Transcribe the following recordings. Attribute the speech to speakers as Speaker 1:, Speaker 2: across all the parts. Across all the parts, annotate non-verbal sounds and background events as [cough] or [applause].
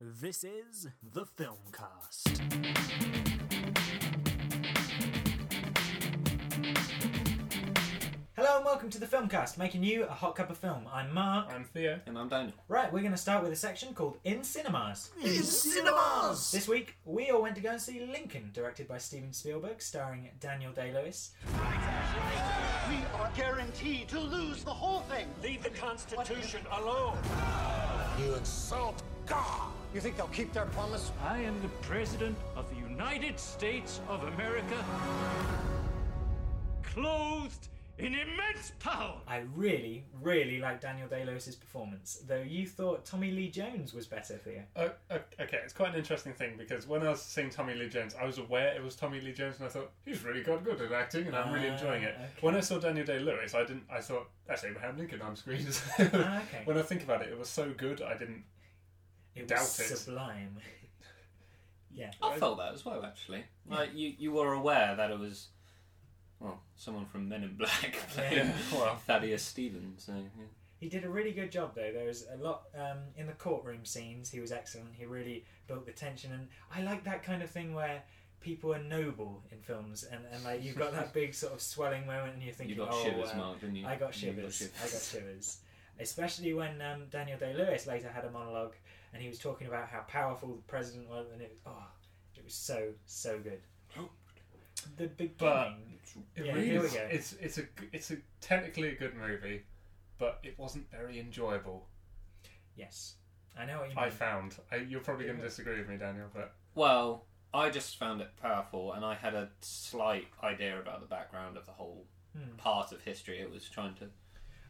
Speaker 1: This is the Filmcast.
Speaker 2: Hello and welcome to the Filmcast, making you a hot cup of film. I'm Mark.
Speaker 3: I'm Theo.
Speaker 4: And I'm Daniel.
Speaker 2: Right, we're going to start with a section called In Cinemas.
Speaker 1: In cinemas!
Speaker 2: This week, we all went to go and see Lincoln, directed by Steven Spielberg, starring Daniel Day Lewis.
Speaker 5: We are guaranteed to lose the whole thing.
Speaker 6: Leave the Constitution alone.
Speaker 5: You insult God. You think they'll keep their promise?
Speaker 6: I am the President of the United States of America, clothed in immense power.
Speaker 2: I really, really like Daniel Day Lewis's performance, though you thought Tommy Lee Jones was better, Theo.
Speaker 3: Uh, uh, okay, it's quite an interesting thing because when I was seeing Tommy Lee Jones, I was aware it was Tommy Lee Jones, and I thought he's really quite good at acting, and I'm
Speaker 2: Ah,
Speaker 3: really enjoying it. When I saw Daniel Day Lewis, I didn't. I thought that's Abraham Lincoln on screen. [laughs]
Speaker 2: Ah, okay.
Speaker 3: When I think about it, it was so good. I didn't.
Speaker 2: It
Speaker 3: doubt it.
Speaker 2: was sublime. [laughs] yeah.
Speaker 4: I felt that as well, actually. Like you, you were aware that it was, well, someone from Men in Black [laughs] playing
Speaker 3: Yeah, well.
Speaker 4: Thaddeus Stevens. So, yeah.
Speaker 2: He did a really good job, though. There was a lot um, in the courtroom scenes. He was excellent. He really built the tension, and I like that kind of thing where people are noble in films, and, and like you've got that big sort of swelling moment, and you're
Speaker 4: you
Speaker 2: thinking,
Speaker 4: got
Speaker 2: "Oh,
Speaker 4: shivers,
Speaker 2: wow."
Speaker 4: Mark, didn't you?
Speaker 2: I got
Speaker 4: You
Speaker 2: shivers. I
Speaker 4: [laughs]
Speaker 2: got shivers. Especially when um, Daniel Day Lewis later had a monologue, and he was talking about how powerful the president was, and it oh, it was so so good.
Speaker 4: Oh.
Speaker 2: The beginning.
Speaker 3: It
Speaker 2: Yeah,
Speaker 3: really
Speaker 2: here we
Speaker 3: is-
Speaker 2: go.
Speaker 3: It's it's a g- it's a technically a good movie, but it wasn't very enjoyable.
Speaker 2: yes, I know what you mean.
Speaker 3: I found. I, you're probably going to disagree with me, Daniel, but
Speaker 4: Well, I just found it powerful, and I had a slight idea about the background of the whole
Speaker 3: Hmm.
Speaker 4: part of history it was trying to.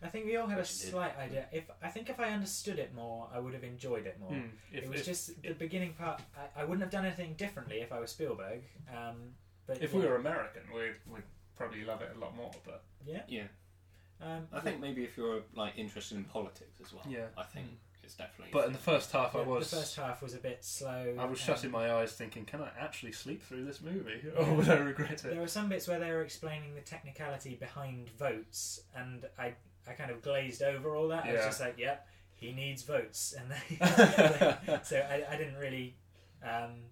Speaker 2: I think we all had a
Speaker 4: Which it did.
Speaker 2: slight idea. If I think if I understood it more, I would have enjoyed it more.
Speaker 3: Hmm, if-
Speaker 2: it was
Speaker 3: if-
Speaker 2: just the beginning part. I, I wouldn't have done anything differently if I was Spielberg. Um, but
Speaker 3: if
Speaker 2: yeah,
Speaker 3: we were American, we'd we'd probably love it a lot more. But
Speaker 2: yeah,
Speaker 4: Yeah,
Speaker 2: um,
Speaker 4: I think maybe if you're like interested in politics as well.
Speaker 3: Yeah.
Speaker 4: I think it's definitely.
Speaker 3: but in the first half, I
Speaker 2: the,
Speaker 3: was
Speaker 2: the first half was a bit slow.
Speaker 3: I was
Speaker 2: um,
Speaker 3: shutting my eyes, thinking, "Can I actually sleep through this movie, [laughs] or would I regret it?"
Speaker 2: There were some bits where they were explaining the technicality behind votes, and I I kind of glazed over all that. I was
Speaker 3: Yeah.
Speaker 2: just like, "Yep, he needs votes," and
Speaker 3: [laughs]
Speaker 2: they, [laughs] so I, I didn't really um,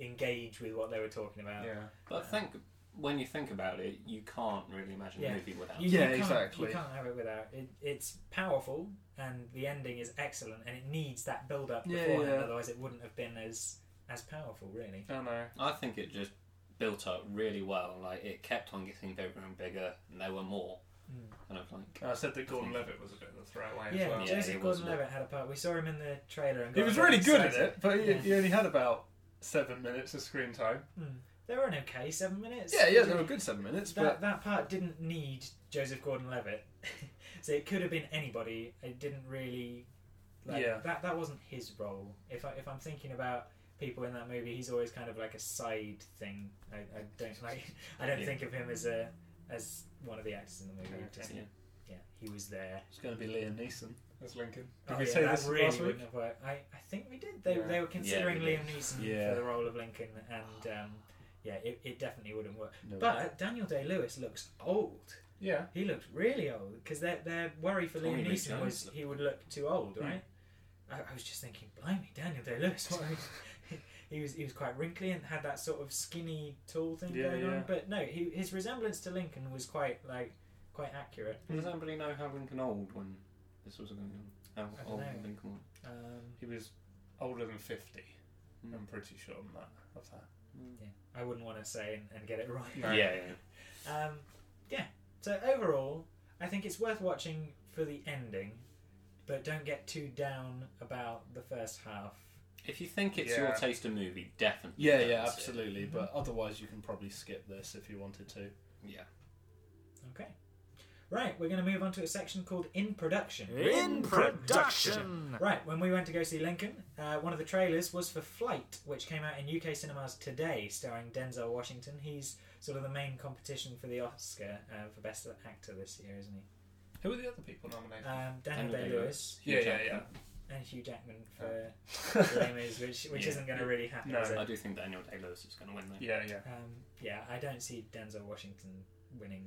Speaker 2: engage with what they were talking about.
Speaker 3: Yeah.
Speaker 4: But I think when you think about it, you can't really imagine
Speaker 2: Yeah.
Speaker 4: a movie without.
Speaker 2: You,
Speaker 4: it.
Speaker 2: you
Speaker 3: Yeah,
Speaker 2: can't,
Speaker 3: exactly.
Speaker 2: You can't have it without it. It's powerful, and the ending is excellent, and it needs that build up
Speaker 3: Yeah,
Speaker 2: beforehand.
Speaker 3: yeah.
Speaker 2: Otherwise, it wouldn't have been as as powerful, really.
Speaker 3: I know.
Speaker 4: I think it just built up really well. Like it kept on getting bigger and bigger, and there were more.
Speaker 2: Hmm.
Speaker 4: Kind of like
Speaker 3: I said that Gordon Levitt was a bit of a throwaway
Speaker 2: Yeah,
Speaker 3: as well.
Speaker 4: Yeah,
Speaker 2: Joseph
Speaker 4: it was a bit-
Speaker 2: Gordon-Levitt had a part. We saw him in the trailer, and
Speaker 3: He
Speaker 2: got
Speaker 3: was
Speaker 2: a bit
Speaker 3: really good at
Speaker 2: excited.
Speaker 3: it, but he,
Speaker 2: Yeah.
Speaker 3: he only had about seven minutes of screen time.
Speaker 2: They were an okay seven minutes.
Speaker 3: Yeah, yeah, they were good seven minutes,
Speaker 2: That
Speaker 3: but
Speaker 2: that part didn't need Joseph Gordon-Levitt, [laughs] so it could have been anybody. It didn't really. Like,
Speaker 3: Yeah.
Speaker 2: That that wasn't his role. If I, if I'm thinking about people in that movie, he's always kind of like a side thing. I, I don't like. [laughs] I don't
Speaker 4: Yeah.
Speaker 2: think of him as a as one of the actors in the movie.
Speaker 3: Okay.
Speaker 2: Just, yeah.
Speaker 4: Yeah.
Speaker 2: he was there.
Speaker 3: it's going to be Liam Neeson as Lincoln. Did
Speaker 2: Oh,
Speaker 3: we
Speaker 2: yeah,
Speaker 3: say
Speaker 2: that
Speaker 3: this
Speaker 2: really
Speaker 3: last week?
Speaker 2: wouldn't have worked. I, I think we did. They,
Speaker 3: Yeah.
Speaker 2: they were considering
Speaker 4: did.
Speaker 2: Liam Neeson
Speaker 3: Yeah.
Speaker 2: for the role of Lincoln, and um, yeah, it, it definitely wouldn't work.
Speaker 3: No.
Speaker 2: But Daniel Day Lewis looks old.
Speaker 3: Yeah,
Speaker 2: He looked really old because their their worry for
Speaker 4: Tommy
Speaker 2: Liam
Speaker 4: Lee
Speaker 2: Neeson
Speaker 4: Jones
Speaker 2: was
Speaker 4: looked-
Speaker 2: he would look too old, right? I, I was just thinking, blimey, Daniel Day Lewis. What are we- [laughs] he was he was quite wrinkly and had that sort of skinny, tall thing
Speaker 3: Yeah,
Speaker 2: going on.
Speaker 3: yeah.
Speaker 2: But no, he, his resemblance to Lincoln was quite like quite accurate.
Speaker 4: Does anybody know how Lincoln old when this was going on?
Speaker 2: I
Speaker 4: How
Speaker 2: don't
Speaker 4: old
Speaker 2: know.
Speaker 4: Lincoln was?
Speaker 2: Um,
Speaker 3: he was older than 50. I'm pretty sure on that, of that.
Speaker 2: yeah, I wouldn't want to say and, and get it
Speaker 4: [laughs]
Speaker 2: right.
Speaker 3: No.
Speaker 4: Yeah, yeah.
Speaker 2: Um, yeah. So overall, I think it's worth watching for the ending, but don't get too down about the first half.
Speaker 4: If you think it's
Speaker 3: Yeah.
Speaker 4: your taste of movie, definitely.
Speaker 3: Yeah,
Speaker 4: don't
Speaker 3: yeah,
Speaker 4: see it.
Speaker 3: absolutely. But otherwise, you can probably skip this if you wanted to.
Speaker 4: Yeah.
Speaker 2: Okay. Right, we're going to move on to a section called In Production.
Speaker 1: In production!
Speaker 2: Right, when we went to go see Lincoln, uh, one of the trailers was for Flight, which came out in UK cinemas today, starring Denzel Washington. He's sort of the main competition for the Oscar uh, for Best Actor this year, isn't he?
Speaker 3: Who were the other people nominated?
Speaker 2: Um, Daniel
Speaker 4: Daniel
Speaker 2: Day Lewis
Speaker 3: yeah, yeah, yeah.
Speaker 4: Jackman.
Speaker 2: and Hugh Jackman for
Speaker 3: [laughs] yeah,
Speaker 2: Flamers, which which
Speaker 4: Yeah.
Speaker 2: isn't going to really happen.
Speaker 3: No.
Speaker 2: is it?
Speaker 4: I do think Daniel Day Lewis is going to win though.
Speaker 3: yeah.
Speaker 2: Um, yeah, I don't see Denzel Washington winning.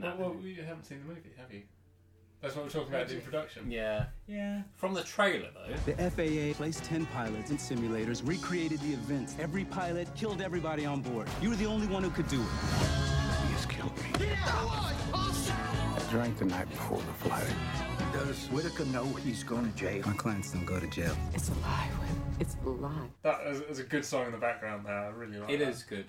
Speaker 4: No.
Speaker 3: Well, well, you haven't seen the movie, have you? That's what we're talking about in production.
Speaker 4: Yeah.
Speaker 2: Yeah.
Speaker 4: From the trailer though.
Speaker 7: The FAA placed 10 pilots in simulators, recreated the events. Every pilot killed everybody on board. You were the only one who could do it.
Speaker 8: He has killed me. I drank the night before the flight. Does Whitaker know he's going to jail?
Speaker 7: My clients don't go to jail.
Speaker 9: It's alive. It's alive.
Speaker 3: That is, is a good song in the background there. I really like
Speaker 4: It
Speaker 3: that.
Speaker 4: is good.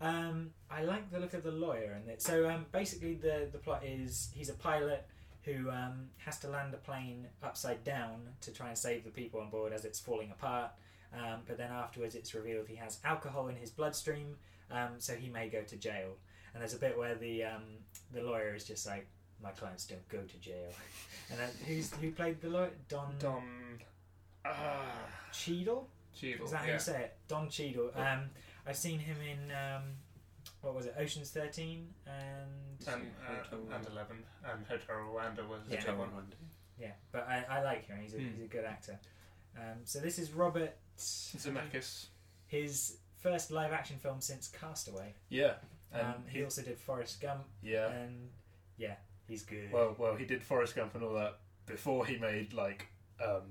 Speaker 2: Um, I like the look of the lawyer in it. So um, basically, the the plot is he's a pilot who um, has to land a plane upside down to try and save the people on board as it's falling apart. Um, but then afterwards, it's revealed he has alcohol in his bloodstream, um, so he may go to jail. And there's a bit where the um, the lawyer is just like, "My clients don't go to jail." [laughs] and that, who's who played the lawyer? Don,
Speaker 3: Dom. Ah.
Speaker 2: Cheadle.
Speaker 3: Cheadle.
Speaker 2: Is that how
Speaker 3: yeah.
Speaker 2: you say it? Don Cheadle. Um, I've seen him in um, what was it? Ocean's Thirteen and
Speaker 3: And, uh, and 11. And Hotel Rwanda was
Speaker 2: Yeah.
Speaker 3: the other one.
Speaker 2: yeah, but I, I like him. He's a,
Speaker 3: Hmm.
Speaker 2: he's a good actor. Um, so this is Robert
Speaker 3: Zemeckis.
Speaker 2: his first live action film since Castaway.
Speaker 3: Yeah.
Speaker 2: Um, uh,
Speaker 3: And
Speaker 2: he, also did Forrest Gump
Speaker 3: yeah.
Speaker 2: and yeah, he's good.
Speaker 3: Well, well, he did Forrest Gump and all that before he made like um,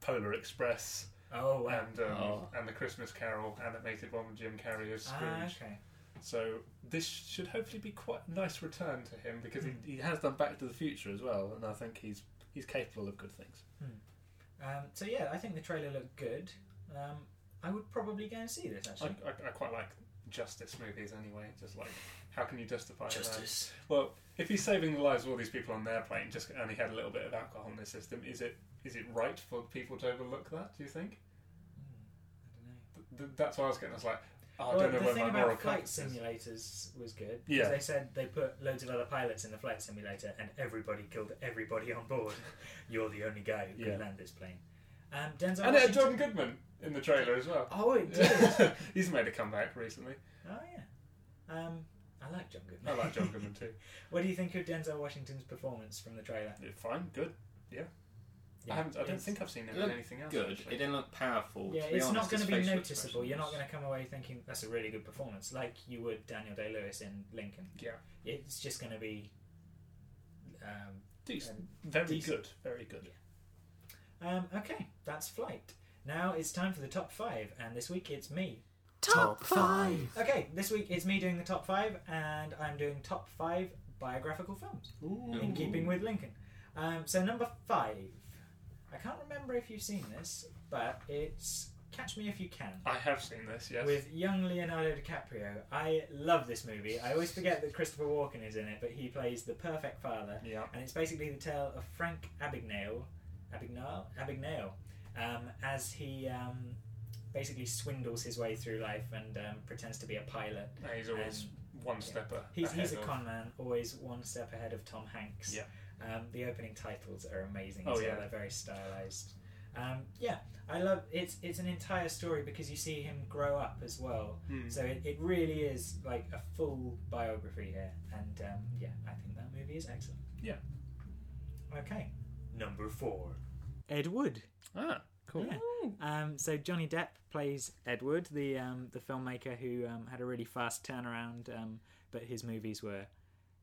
Speaker 3: Polar Express
Speaker 2: oh wow.
Speaker 3: and um,
Speaker 4: Oh.
Speaker 3: and the Christmas Carol, animated one with Jim Carrey as Scrooge.
Speaker 2: ah, okay.
Speaker 3: So this should hopefully be quite a nice return to him because he, he has done Back to the Future as well, and I think he's he's capable of good things.
Speaker 2: Um, so yeah, I think the trailer looked good. Um, I would probably go and see this
Speaker 3: I,
Speaker 2: actually.
Speaker 3: I, I quite like justice movies anyway. Just like how can you justify that? Well, if he's saving the lives of all these people on their plane, just and he had a little bit of alcohol in his system, is it is it right for people to overlook that? Do you think?
Speaker 2: Hmm, I don't know.
Speaker 3: Th- that's what I was getting. I was like, oh, I
Speaker 2: well,
Speaker 3: don't know
Speaker 2: the
Speaker 3: where
Speaker 2: thing
Speaker 3: my
Speaker 2: about
Speaker 3: moral
Speaker 2: flight
Speaker 3: compass is.
Speaker 2: simulators was good. 'cause
Speaker 3: Yeah.
Speaker 2: They said they put loads of other pilots in the flight simulator and everybody killed everybody on board. [laughs] You're the only guy who could
Speaker 3: Yeah.
Speaker 2: land this plane. Um, Denzel
Speaker 3: And it had
Speaker 2: Washington-
Speaker 3: John Goodman in the trailer as well.
Speaker 2: [laughs] Oh, it did.
Speaker 3: [laughs] he's made a comeback recently.
Speaker 2: oh, yeah. Um, I like John Goodman.
Speaker 3: I like John Goodman too.
Speaker 2: [laughs] what do you think of Denzel Washington's performance from the trailer?
Speaker 3: Yeah, fine, good. Yeah.
Speaker 2: Yeah,
Speaker 3: I haven't. I don't
Speaker 2: it's-
Speaker 3: think I've seen him
Speaker 4: It
Speaker 3: in
Speaker 4: looked
Speaker 3: anything else.
Speaker 4: good.
Speaker 3: actually.
Speaker 4: It didn't look powerful.
Speaker 2: Yeah,
Speaker 4: to be
Speaker 2: it's
Speaker 4: honest,
Speaker 2: not going
Speaker 4: his
Speaker 2: to be
Speaker 4: facial
Speaker 2: noticeable. You're not
Speaker 4: expressions.
Speaker 2: going to come away thinking that's a really good performance, like you would Daniel Day Lewis in Lincoln.
Speaker 3: Yeah,
Speaker 2: It's just going to be. Um,
Speaker 3: decent.
Speaker 2: Um,
Speaker 3: Very
Speaker 2: decent.
Speaker 3: good. Very good.
Speaker 2: Um, okay, that's flight. Now it's time for the top five, and this week it's me.
Speaker 6: Top 5.
Speaker 2: Okay, this week it's me doing the top five, and I'm doing top five biographical films in keeping with Lincoln. Um, so number five, I can't remember if you've seen this, but it's Catch Me If You Can.
Speaker 3: I have seen this. Yes.
Speaker 2: With young Leonardo DiCaprio. I love this movie. I always forget that Christopher Walken is in it, but he plays the perfect father.
Speaker 3: yeah.
Speaker 2: And it's basically the tale of Frank Abagnale, Abagnale, Abagnale, um, as he um, basically swindles his way through life and um, pretends to be a pilot.
Speaker 3: And he's always one stepper.
Speaker 2: He's, he's a
Speaker 3: ahead of-
Speaker 2: con man, always one step ahead of Tom Hanks.
Speaker 3: Yeah.
Speaker 2: Um, the opening titles are amazing.
Speaker 3: Oh,
Speaker 2: as well.
Speaker 3: yeah.
Speaker 2: They're very stylized. Um, yeah, I love it's it's an entire story because you see him grow up as well.
Speaker 3: Hmm.
Speaker 2: So it, it really is like a full biography here, and um, yeah, I think that movie is excellent.
Speaker 3: Yeah.
Speaker 2: Okay. Number four. Ed Wood.
Speaker 3: Ah, cool.
Speaker 2: Yeah. Um, so Johnny Depp plays Ed Wood, the um, the filmmaker who um, had a really fast turnaround, um, but his movies were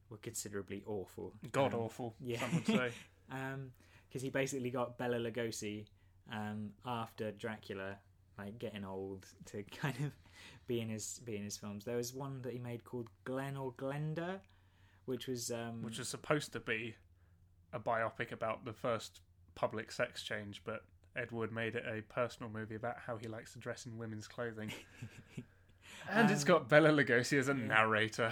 Speaker 2: were considerably awful.
Speaker 3: God
Speaker 2: Um,
Speaker 3: awful.
Speaker 2: yeah.
Speaker 3: Some
Speaker 2: [laughs]
Speaker 3: would say.
Speaker 2: um, because he basically got Bella Lugosi um, after Dracula, like getting old, [laughs] to kind of be in his be in his films. There was one that he made called Glen or Glenda, which was um,
Speaker 10: which was supposed to be a biopic about the first public sex change, but Ed Wood made it a personal movie about how he likes to dress in women's
Speaker 2: [laughs]
Speaker 10: clothing. and it's got Bella Lugosi as a narrator.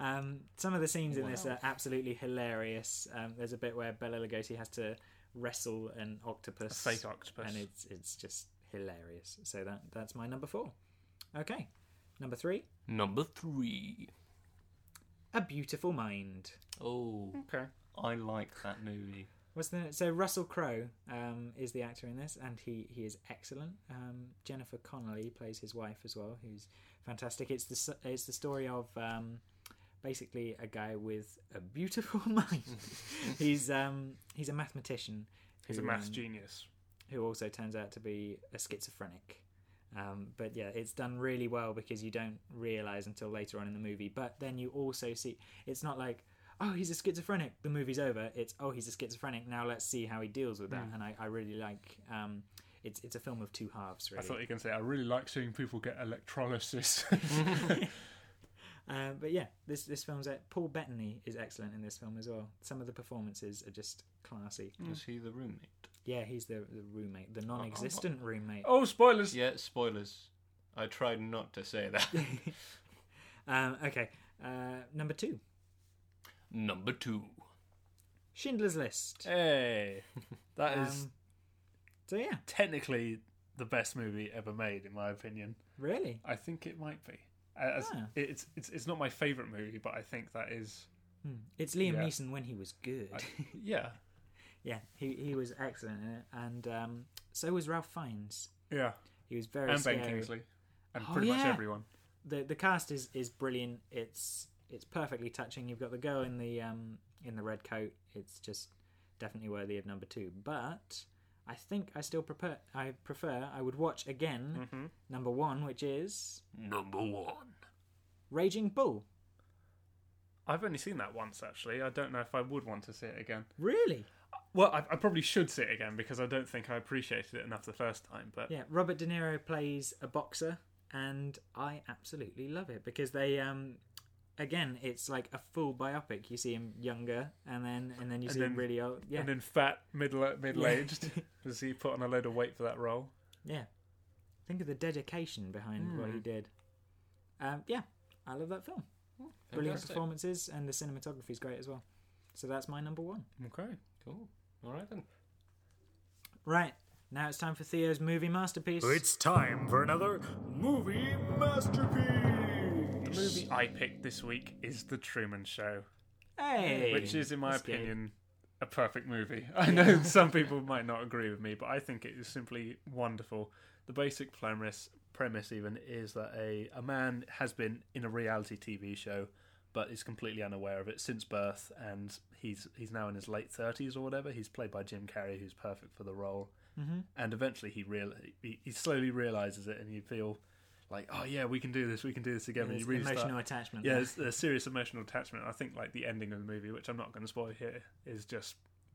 Speaker 2: Um, some of the scenes in this are absolutely hilarious. Um, there's a bit where Bella Lugosi has to wrestle an octopus,
Speaker 10: A fake octopus.
Speaker 2: and it's it's just hilarious. So that that's my number four. Okay, number three,
Speaker 11: Number three.
Speaker 2: A Beautiful Mind.
Speaker 11: Oh,
Speaker 10: Okay.
Speaker 11: I like that movie.
Speaker 2: What's the so Russell Crowe um, is the actor in this, and he he is excellent. Um, Jennifer Connelly plays his wife as well, who's fantastic. It's the s- it's the story of um, basically a guy with a beautiful [laughs]
Speaker 11: [laughs]
Speaker 2: mind. he's um, he's a mathematician.
Speaker 10: He's a
Speaker 2: who,
Speaker 10: maths
Speaker 2: um,
Speaker 10: genius.
Speaker 2: who also turns out to be a schizophrenic. Um, but yeah, it's done really well because you don't realize until later on in the movie. But then you also see it's not like oh, he's a schizophrenic. The movie's over. It's oh, he's a schizophrenic. Now let's see how he deals with that.
Speaker 3: Mm.
Speaker 2: And I, I really like. Um, it's it's a film of two halves. Really.
Speaker 3: I thought you can say I really like seeing people get [laughs] electrolysis.
Speaker 2: Uh, but yeah, this this film's uh, Paul Bettany is excellent in this film as well. Some of the performances are just classy.
Speaker 3: Hmm.
Speaker 4: Is he the roommate?
Speaker 2: Yeah, he's the the roommate, the non-existent roommate.
Speaker 3: Oh, spoilers!
Speaker 4: Yeah, spoilers. I tried not to say that.
Speaker 2: [laughs] Um, okay, uh, number two,
Speaker 4: Number two.
Speaker 2: Schindler's List.
Speaker 3: Hey, that is
Speaker 2: Um, so yeah,
Speaker 3: technically the best movie ever made, in my opinion.
Speaker 2: really.
Speaker 3: I think it might be. As-
Speaker 2: Ah.
Speaker 3: it's, it's it's not my favorite movie, but I think that is
Speaker 2: Hmm. It's Liam
Speaker 3: Yeah.
Speaker 2: Neeson when he was good.
Speaker 3: [laughs] yeah
Speaker 2: [laughs] yeah, he he was excellent in it, and um, so was Ralph Fiennes.
Speaker 3: yeah.
Speaker 2: He was very
Speaker 3: And Ben
Speaker 2: scary.
Speaker 3: Kingsley and
Speaker 2: Oh,
Speaker 3: pretty much
Speaker 2: yeah.
Speaker 3: everyone.
Speaker 2: the the cast is is brilliant. It's it's perfectly touching. You've got the girl in the um in the red coat. It's just definitely worthy of number two. But I think I still prefer I prefer I would watch again
Speaker 3: Mm-hmm.
Speaker 2: number one, which is
Speaker 4: Number one.
Speaker 2: Raging Bull.
Speaker 3: I've only seen that once actually. I don't know if I would want to see it again.
Speaker 2: Really?
Speaker 3: Well, I, I probably should see it again because I don't think I appreciated it enough the first time. But
Speaker 2: Yeah. Robert De Niro plays a boxer, and I absolutely love it because they um. Again, it's like a full biopic. You see him younger, and then and then you
Speaker 3: And
Speaker 2: see
Speaker 3: then-
Speaker 2: him really old. Yeah,
Speaker 3: and then fat middle middle aged [laughs] because he put on a load of weight for that role.
Speaker 2: Yeah. Think of the dedication behind what
Speaker 3: Hmm.
Speaker 2: he did. Um, yeah, I love that film. Brilliant
Speaker 4: Fantastic.
Speaker 2: performances, and the cinematography is great as well. So that's my number one.
Speaker 3: Okay.
Speaker 4: Cool. All right then.
Speaker 2: Right, now it's time for Theo's movie masterpiece.
Speaker 6: It's time for another movie masterpiece.
Speaker 3: The movie I picked this week is The Truman Show,
Speaker 2: hey!
Speaker 3: which is, in my
Speaker 2: that's good.
Speaker 3: opinion, a perfect movie. [laughs] I know some people might not agree with me, but I think it is simply wonderful. The basic premise, premise even, is that a, a man has been in a reality TV show, but is completely unaware of it since birth, and he's he's now in his late thirties or whatever. He's played by Jim Carrey, who's perfect for the role, mm-hmm. and eventually he real he, he slowly realizes it, and you feel. Like oh yeah, we can do this. We can do this together. and
Speaker 2: There's
Speaker 3: you really
Speaker 2: emotional
Speaker 3: start-
Speaker 2: attachment.
Speaker 3: yeah,
Speaker 2: there.
Speaker 3: it's a serious emotional attachment. I think like the ending of the movie, which I'm not going to spoil here, is just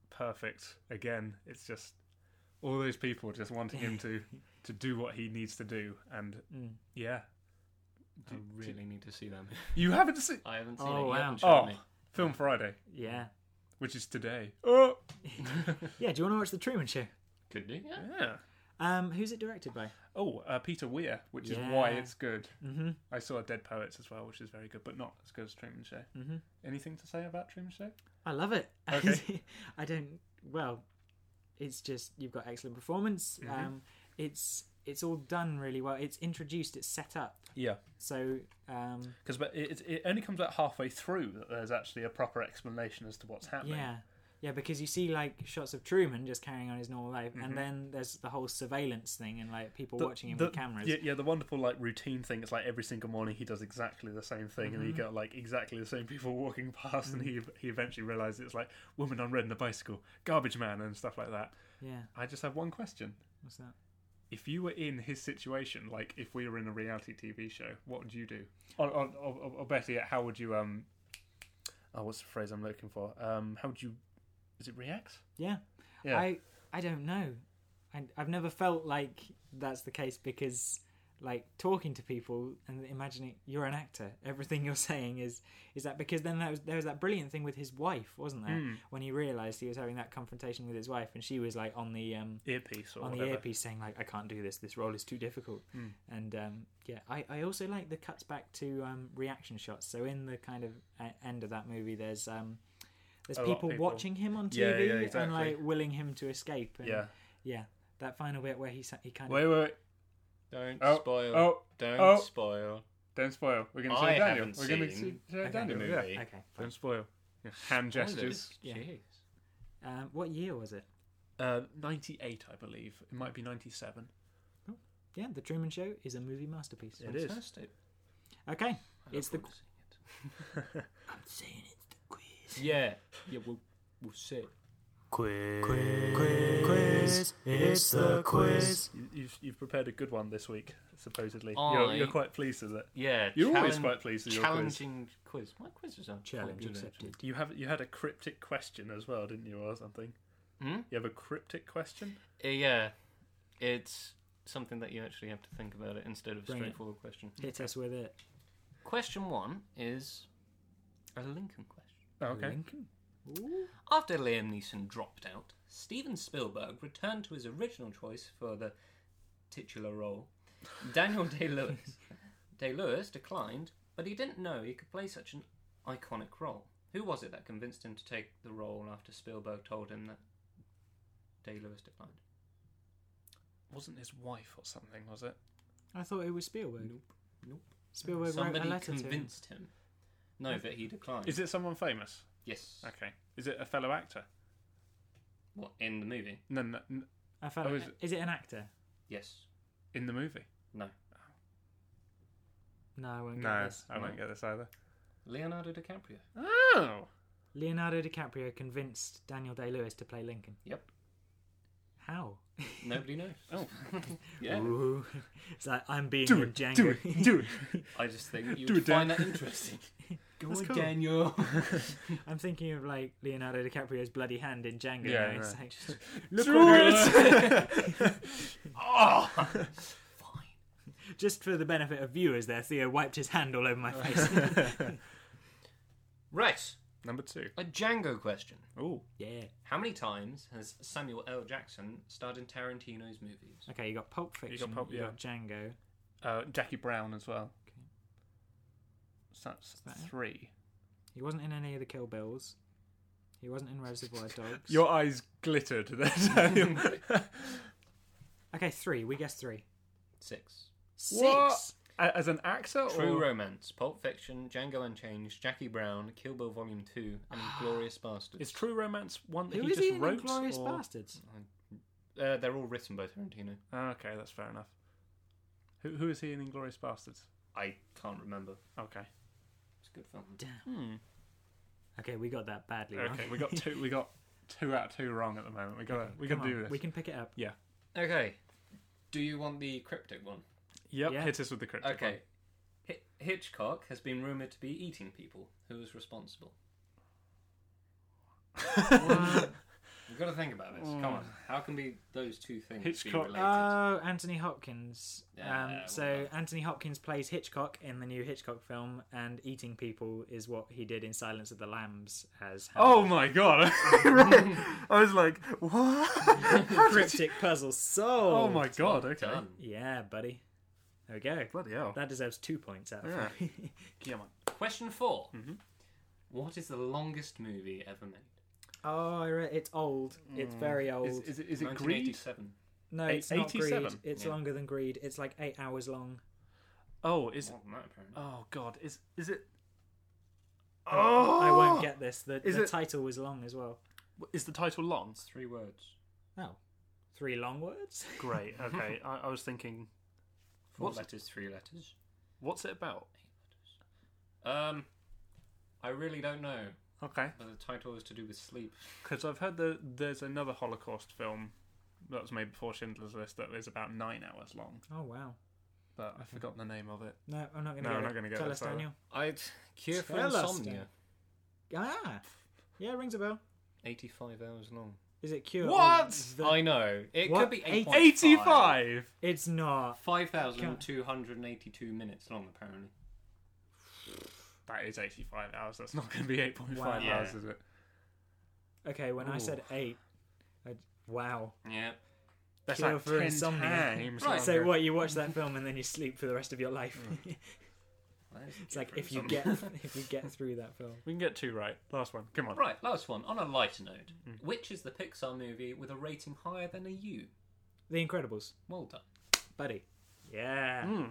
Speaker 3: perfect. Again, it's just all those people just wanting him to to do what he needs to do, and
Speaker 2: Mm.
Speaker 3: yeah,
Speaker 4: I really need to see that. movie.
Speaker 3: you haven't seen
Speaker 4: I haven't seen
Speaker 2: Oh,
Speaker 4: it. You
Speaker 2: wow.
Speaker 4: haven't shown
Speaker 3: oh
Speaker 4: [laughs] me.
Speaker 3: Film Friday,
Speaker 2: yeah.
Speaker 3: which is today. Oh
Speaker 2: Yeah, do you want to watch The Truman Show?
Speaker 4: Could do. Yeah.
Speaker 3: yeah.
Speaker 2: Um, who's it directed by?
Speaker 3: Oh, uh, Peter Weir, which is why
Speaker 2: Yeah.
Speaker 3: it's good.
Speaker 2: Mm-hmm.
Speaker 3: I saw Dead Poets as well, which is very good, but not as good as Truman Show. Mm-hmm. Anything to say about Truman Show?
Speaker 2: I love it.
Speaker 3: Okay.
Speaker 2: [laughs] I don't. Well, it's just you've got excellent performance.
Speaker 3: Mm-hmm.
Speaker 2: Um, it's it's all done really well. It's introduced. It's set up.
Speaker 3: Yeah.
Speaker 2: So um,
Speaker 3: because it, it- it only comes out halfway through that there's actually a proper explanation as to what's happening.
Speaker 2: yeah, yeah, because you see like shots of Truman just carrying on his normal life, and then there's the whole surveillance thing and like people
Speaker 3: Mm-hmm. The-
Speaker 2: watching him
Speaker 3: the-
Speaker 2: with cameras.
Speaker 3: Yeah, yeah, the wonderful like routine thing. It's like every single morning he does exactly the same thing,
Speaker 2: Mm-hmm.
Speaker 3: and you get like exactly the same people [laughs] walking past, and
Speaker 2: Mm.
Speaker 3: he he eventually realizes it's like woman on red and a bicycle, garbage man, and stuff like that.
Speaker 2: Yeah,
Speaker 3: I just have one question:
Speaker 2: what's that?
Speaker 3: If you were in his situation, like if we were in a reality TV show, what would you do? Or, or, or, or better yet, how would you um? Oh, what's the phrase I'm looking for? Um, how would you? Is it react?
Speaker 2: Yeah.
Speaker 3: Yeah.
Speaker 2: I I don't know. I, I've never felt like that's the case because like talking to people and imagining you're an actor everything [laughs] you're saying is is that because then that was, there was that brilliant thing with his wife wasn't there
Speaker 3: Hmm.
Speaker 2: when he realized he was having that confrontation with his wife and she was like on the um
Speaker 3: earpiece or
Speaker 2: on
Speaker 3: whatever. Hmm.
Speaker 2: the earpiece saying like i can't do this this role is too difficult and um yeah I, I also like the cuts back to um reaction shots so in the kind of uh, end of that movie there's um there's
Speaker 3: A lot of
Speaker 2: people,
Speaker 3: people.
Speaker 2: watching him on tv
Speaker 3: Yeah, yeah,
Speaker 2: and
Speaker 3: exactly.
Speaker 2: like willing him to escape and,
Speaker 3: Yeah.
Speaker 2: yeah that final bit where he sa- he kind
Speaker 3: Wait,
Speaker 2: of
Speaker 3: wait, wait.
Speaker 4: Don't
Speaker 3: Oh,
Speaker 4: spoil.
Speaker 3: oh,
Speaker 4: Don't
Speaker 3: oh.
Speaker 4: spoil.
Speaker 3: Don't spoil. We're going to
Speaker 4: I
Speaker 3: say Daniel.
Speaker 4: haven't
Speaker 3: We're going to
Speaker 4: seen
Speaker 3: say
Speaker 2: Okay.
Speaker 3: Daniel.
Speaker 4: the
Speaker 3: yeah.
Speaker 4: movie.
Speaker 2: okay fine.
Speaker 3: Don't spoil. Yeah, Hand gestures.
Speaker 2: Yeah.
Speaker 4: Jeez.
Speaker 2: um what year was it
Speaker 3: Uh, 98, I believe. It might be 97.
Speaker 2: yeah the truman show is a movie masterpiece
Speaker 3: It is.
Speaker 4: Fantastic.
Speaker 2: okay
Speaker 4: I look
Speaker 2: it's the
Speaker 4: forward to seeing it.
Speaker 2: i'm saying it's the quiz
Speaker 4: Yeah. Yeah, we'll, we'll see.
Speaker 3: Quiz.
Speaker 6: Quiz. Quiz. It's the quiz.
Speaker 3: You've, you've prepared a good one this week, supposedly.
Speaker 4: I-
Speaker 3: you're, you're quite pleased with it.
Speaker 4: Yeah,
Speaker 3: You're always
Speaker 4: challenge-
Speaker 3: quite pleased with your quiz.
Speaker 4: challenging quiz. My quiz was on
Speaker 3: Challenge accepted. You have you had a cryptic question as well, didn't you, or something?
Speaker 4: Hmm?
Speaker 3: You have a cryptic question.
Speaker 4: Uh, yeah, it's something that you actually have to think about it instead of a
Speaker 2: Bring it.
Speaker 4: straightforward question.
Speaker 2: Hit us with it.
Speaker 4: Question one is a Lincoln question.
Speaker 3: Oh, okay.
Speaker 2: Lincoln.
Speaker 4: After Liam Neeson dropped out, Steven Spielberg returned to his original choice for the titular role. Daniel Day Lewis. Day Lewis declined, but he didn't know he could play such an iconic role. Who was it that convinced him to take the role after Spielberg told him that Day Lewis declined?
Speaker 3: Wasn't his wife or something? Was it?
Speaker 2: I thought it was Spielberg.
Speaker 4: Nope. Nope.
Speaker 2: Spielberg wrote
Speaker 4: Somebody
Speaker 2: a letter
Speaker 4: convinced him. No, that he declined.
Speaker 3: Is it someone famous?
Speaker 4: Yes.
Speaker 3: Okay. Is it a fellow actor?
Speaker 4: What in the movie?
Speaker 3: No, no. n-
Speaker 2: to him. I felt.
Speaker 3: Oh,
Speaker 2: is, it...
Speaker 3: is it-
Speaker 2: is it an actor?
Speaker 4: Yes.
Speaker 3: In the movie?
Speaker 4: No.
Speaker 2: No, I won't get
Speaker 3: No,
Speaker 2: this.
Speaker 3: I won't
Speaker 4: No.
Speaker 3: get this either.
Speaker 4: Leonardo DiCaprio.
Speaker 3: Oh,
Speaker 2: Leonardo DiCaprio convinced Daniel Day Lewis to play Lincoln.
Speaker 4: Yep.
Speaker 2: How?
Speaker 4: Nobody knows.
Speaker 3: Oh.
Speaker 4: [laughs] yeah.
Speaker 2: Ooh. [laughs] It's like I'm being
Speaker 3: do
Speaker 2: in
Speaker 3: it,
Speaker 2: Django.
Speaker 3: do it, do it.
Speaker 4: I just think you
Speaker 3: Do
Speaker 4: would
Speaker 3: it, Dan.
Speaker 4: find that interesting. Go
Speaker 2: That's
Speaker 4: on,
Speaker 2: cool.
Speaker 4: Daniel.
Speaker 2: [laughs] I'm thinking of like Leonardo DiCaprio's bloody hand in Django.
Speaker 3: Yeah,
Speaker 2: now.
Speaker 3: I
Speaker 2: It's
Speaker 3: know.
Speaker 2: like,
Speaker 3: do [laughs] it.
Speaker 4: oh.
Speaker 2: just for the benefit of viewers, there, Theo wiped his hand all over
Speaker 3: [laughs]
Speaker 2: my face. [laughs]
Speaker 4: Right.
Speaker 3: Number two.
Speaker 4: A Django question.
Speaker 3: Oh,
Speaker 2: yeah.
Speaker 4: How many times has Samuel L. Jackson starred in Tarantino's movies?
Speaker 2: Okay, you got Pulp Fiction. You got,
Speaker 3: Pulp- yeah.
Speaker 2: Django.
Speaker 3: uh, Jackie Brown as well. So that's
Speaker 2: that it?
Speaker 3: three.
Speaker 2: He wasn't in any of the Kill Bills. He wasn't in
Speaker 3: [laughs]
Speaker 2: Reservoir Dogs.
Speaker 3: Your eyes glittered [laughs] there, Daniel.
Speaker 2: Okay, three. We guessed three.
Speaker 4: Six.
Speaker 2: Six.
Speaker 3: A- As an actor?
Speaker 4: True
Speaker 3: or...
Speaker 4: Romance, Pulp Fiction, Django Unchained, Jackie Brown, Kill Bill Volume 2, [gasps] and Glorious Bastards.
Speaker 3: Is True Romance one that
Speaker 2: Who
Speaker 3: he
Speaker 2: is
Speaker 3: just
Speaker 2: he in
Speaker 3: wrote?
Speaker 2: Glorious
Speaker 3: or...
Speaker 2: Bastards?
Speaker 4: Uh, they're all written by Tarantino.
Speaker 3: Ah, okay, that's fair enough. Who, who is he in Inglorious Bastards?
Speaker 4: I can't remember.
Speaker 3: Okay.
Speaker 4: It's a good film.
Speaker 2: Okay, we got that badly wrong.
Speaker 3: Hmm. Okay, we got two. We got two out of two wrong at the moment. We got. to we got
Speaker 2: Come
Speaker 3: to do
Speaker 2: on,
Speaker 3: this.
Speaker 2: We can pick it up.
Speaker 3: Yeah.
Speaker 4: Okay. Do you want the cryptic one?
Speaker 3: Yep.
Speaker 2: Yeah.
Speaker 3: Hit us with the cryptic.
Speaker 4: Okay. Hi- Hitchcock has been rumored to be eating people. Who is responsible? [laughs] We've got to think about this. Come on. How can be those two things be
Speaker 3: Hitchcock- uh,
Speaker 4: related?
Speaker 2: Oh, Anthony Hopkins.
Speaker 4: Yeah,
Speaker 2: um,
Speaker 4: well
Speaker 2: so Anthony Hopkins plays Hitchcock in the new Hitchcock film, and eating people is what he did in Silence of the Lambs as
Speaker 3: Oh my god! [laughs] Right. I was like, what?
Speaker 2: Hamlet. cryptic [laughs] puzzle soul.
Speaker 3: Oh my god! Okay.
Speaker 4: Done.
Speaker 2: Yeah, buddy. There we go.
Speaker 3: Bloody hell.
Speaker 2: That deserves two points out of
Speaker 3: Yeah.
Speaker 2: three. [laughs]
Speaker 3: Come on.
Speaker 4: Question 4
Speaker 3: Mm-hmm.
Speaker 4: What is the longest movie ever made?
Speaker 2: Oh, I re- it's old.
Speaker 4: Mm.
Speaker 2: It's very old.
Speaker 3: Is, is it, is it greed?
Speaker 4: 1987.
Speaker 2: no,
Speaker 3: eight-
Speaker 2: it's not greed.
Speaker 3: 87?
Speaker 2: It's
Speaker 4: Yeah.
Speaker 2: longer than greed. It's like eight hours long.
Speaker 3: [gasps] Oh, is it?
Speaker 4: More than that, apparently.
Speaker 3: Oh god! Is is it?
Speaker 2: Oh, I won't get this. The,
Speaker 3: Is
Speaker 2: the
Speaker 3: it-
Speaker 2: title was long as well.
Speaker 3: Is the title long?
Speaker 4: It's three words.
Speaker 2: Oh, three long words. [laughs]
Speaker 3: [laughs] Great. Okay. I, I was thinking,
Speaker 4: Four
Speaker 3: What's-
Speaker 4: letters, three letters.
Speaker 3: what's it about?
Speaker 4: Um, I really don't know,
Speaker 3: Okay.
Speaker 4: but the title is to do with sleep.
Speaker 3: Because I've heard that there's another Holocaust film that was made before Schindler's List that is about nine hours long,
Speaker 2: Oh wow.
Speaker 3: but I've forgotten the name of it.
Speaker 2: No, I'm not going to.
Speaker 3: No,
Speaker 2: get
Speaker 3: I'm
Speaker 2: it.
Speaker 3: not gonna get
Speaker 2: Tell
Speaker 3: this
Speaker 2: us,
Speaker 3: either.
Speaker 2: Daniel.
Speaker 4: I Cure for
Speaker 2: Tell us,
Speaker 4: Insomnia.
Speaker 2: Ah, yeah, rings a bell.
Speaker 4: 85 hours long.
Speaker 2: Is it Cure? or
Speaker 3: What?
Speaker 2: The...
Speaker 4: I know. It
Speaker 2: What?
Speaker 4: could be
Speaker 2: Eight-
Speaker 4: 8.5.
Speaker 3: Eighty-five.
Speaker 2: It's not.
Speaker 4: 5,282 minutes long, apparently.
Speaker 3: That is eighty-five hours. That's not going to be eight point
Speaker 2: Wow.
Speaker 3: five
Speaker 4: Yeah.
Speaker 3: hours, is it?
Speaker 2: Okay, when I said eight, I... wow.
Speaker 4: Yeah.
Speaker 3: That's
Speaker 2: Cure
Speaker 3: like
Speaker 2: for
Speaker 3: ten
Speaker 2: Insomnia.
Speaker 3: times.
Speaker 4: Right.
Speaker 2: So
Speaker 3: longer.
Speaker 2: what? You watch that film and then you sleep for the rest of your life.
Speaker 3: Mm.
Speaker 2: [laughs] it's like if you get
Speaker 3: [laughs]
Speaker 2: if you get through that film.
Speaker 3: We can get two right. Last one. Come on.
Speaker 4: [laughs] Right, last one. On a lighter note,
Speaker 3: Hmm.
Speaker 4: which is the Pixar movie with a rating higher than a U?
Speaker 2: The Incredibles,
Speaker 4: Well done.
Speaker 2: buddy. Yeah.
Speaker 3: Hmm.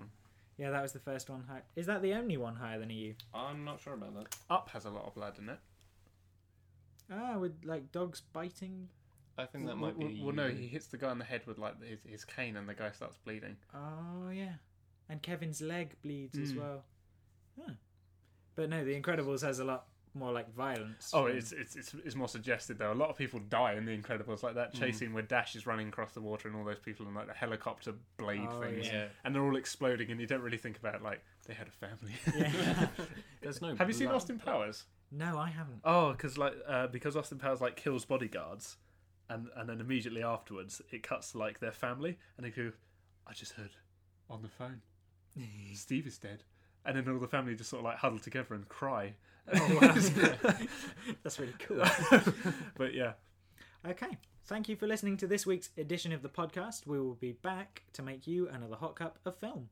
Speaker 2: Yeah, that was the first one. High... Is that the only one higher than E EU?
Speaker 4: I'm not sure about that.
Speaker 3: Up has a lot of blood in it.
Speaker 2: Ah, with like dogs biting.
Speaker 4: I think that
Speaker 3: Well,
Speaker 4: might be.
Speaker 3: well, no, he hits the guy on the head with like his, his cane, and the guy starts bleeding.
Speaker 2: Oh yeah, and Kevin's leg bleeds as
Speaker 3: Mm.
Speaker 2: well. Huh. But no, The Incredibles has a lot more like violence.
Speaker 3: Oh,
Speaker 2: from-
Speaker 3: it's, it's it's it's more suggested though. A lot of people die in The Incredibles, like that chase
Speaker 2: Mm.
Speaker 3: scene where Dash is running across the water and all those people in like the helicopter blade
Speaker 2: Oh,
Speaker 3: things,
Speaker 2: yeah.
Speaker 3: and they're all exploding, and you don't really think about like they had a
Speaker 4: [laughs]
Speaker 3: family. [laughs]
Speaker 4: There's no
Speaker 3: Have you seen
Speaker 4: blood.
Speaker 3: Austin Powers?
Speaker 2: No, I haven't.
Speaker 3: Oh, because like uh, because Austin Powers like kills bodyguards, and and then immediately afterwards it cuts to like their family, and they go, "I just heard on the phone, Steve is dead," and then all the family just sort of like huddle together and cry.
Speaker 2: Oh, [laughs] wow. That's really cool.
Speaker 3: [laughs] but yeah,
Speaker 2: Okay. Thank you for listening to this week's edition of the podcast. We will be back to make you another hot cup of film.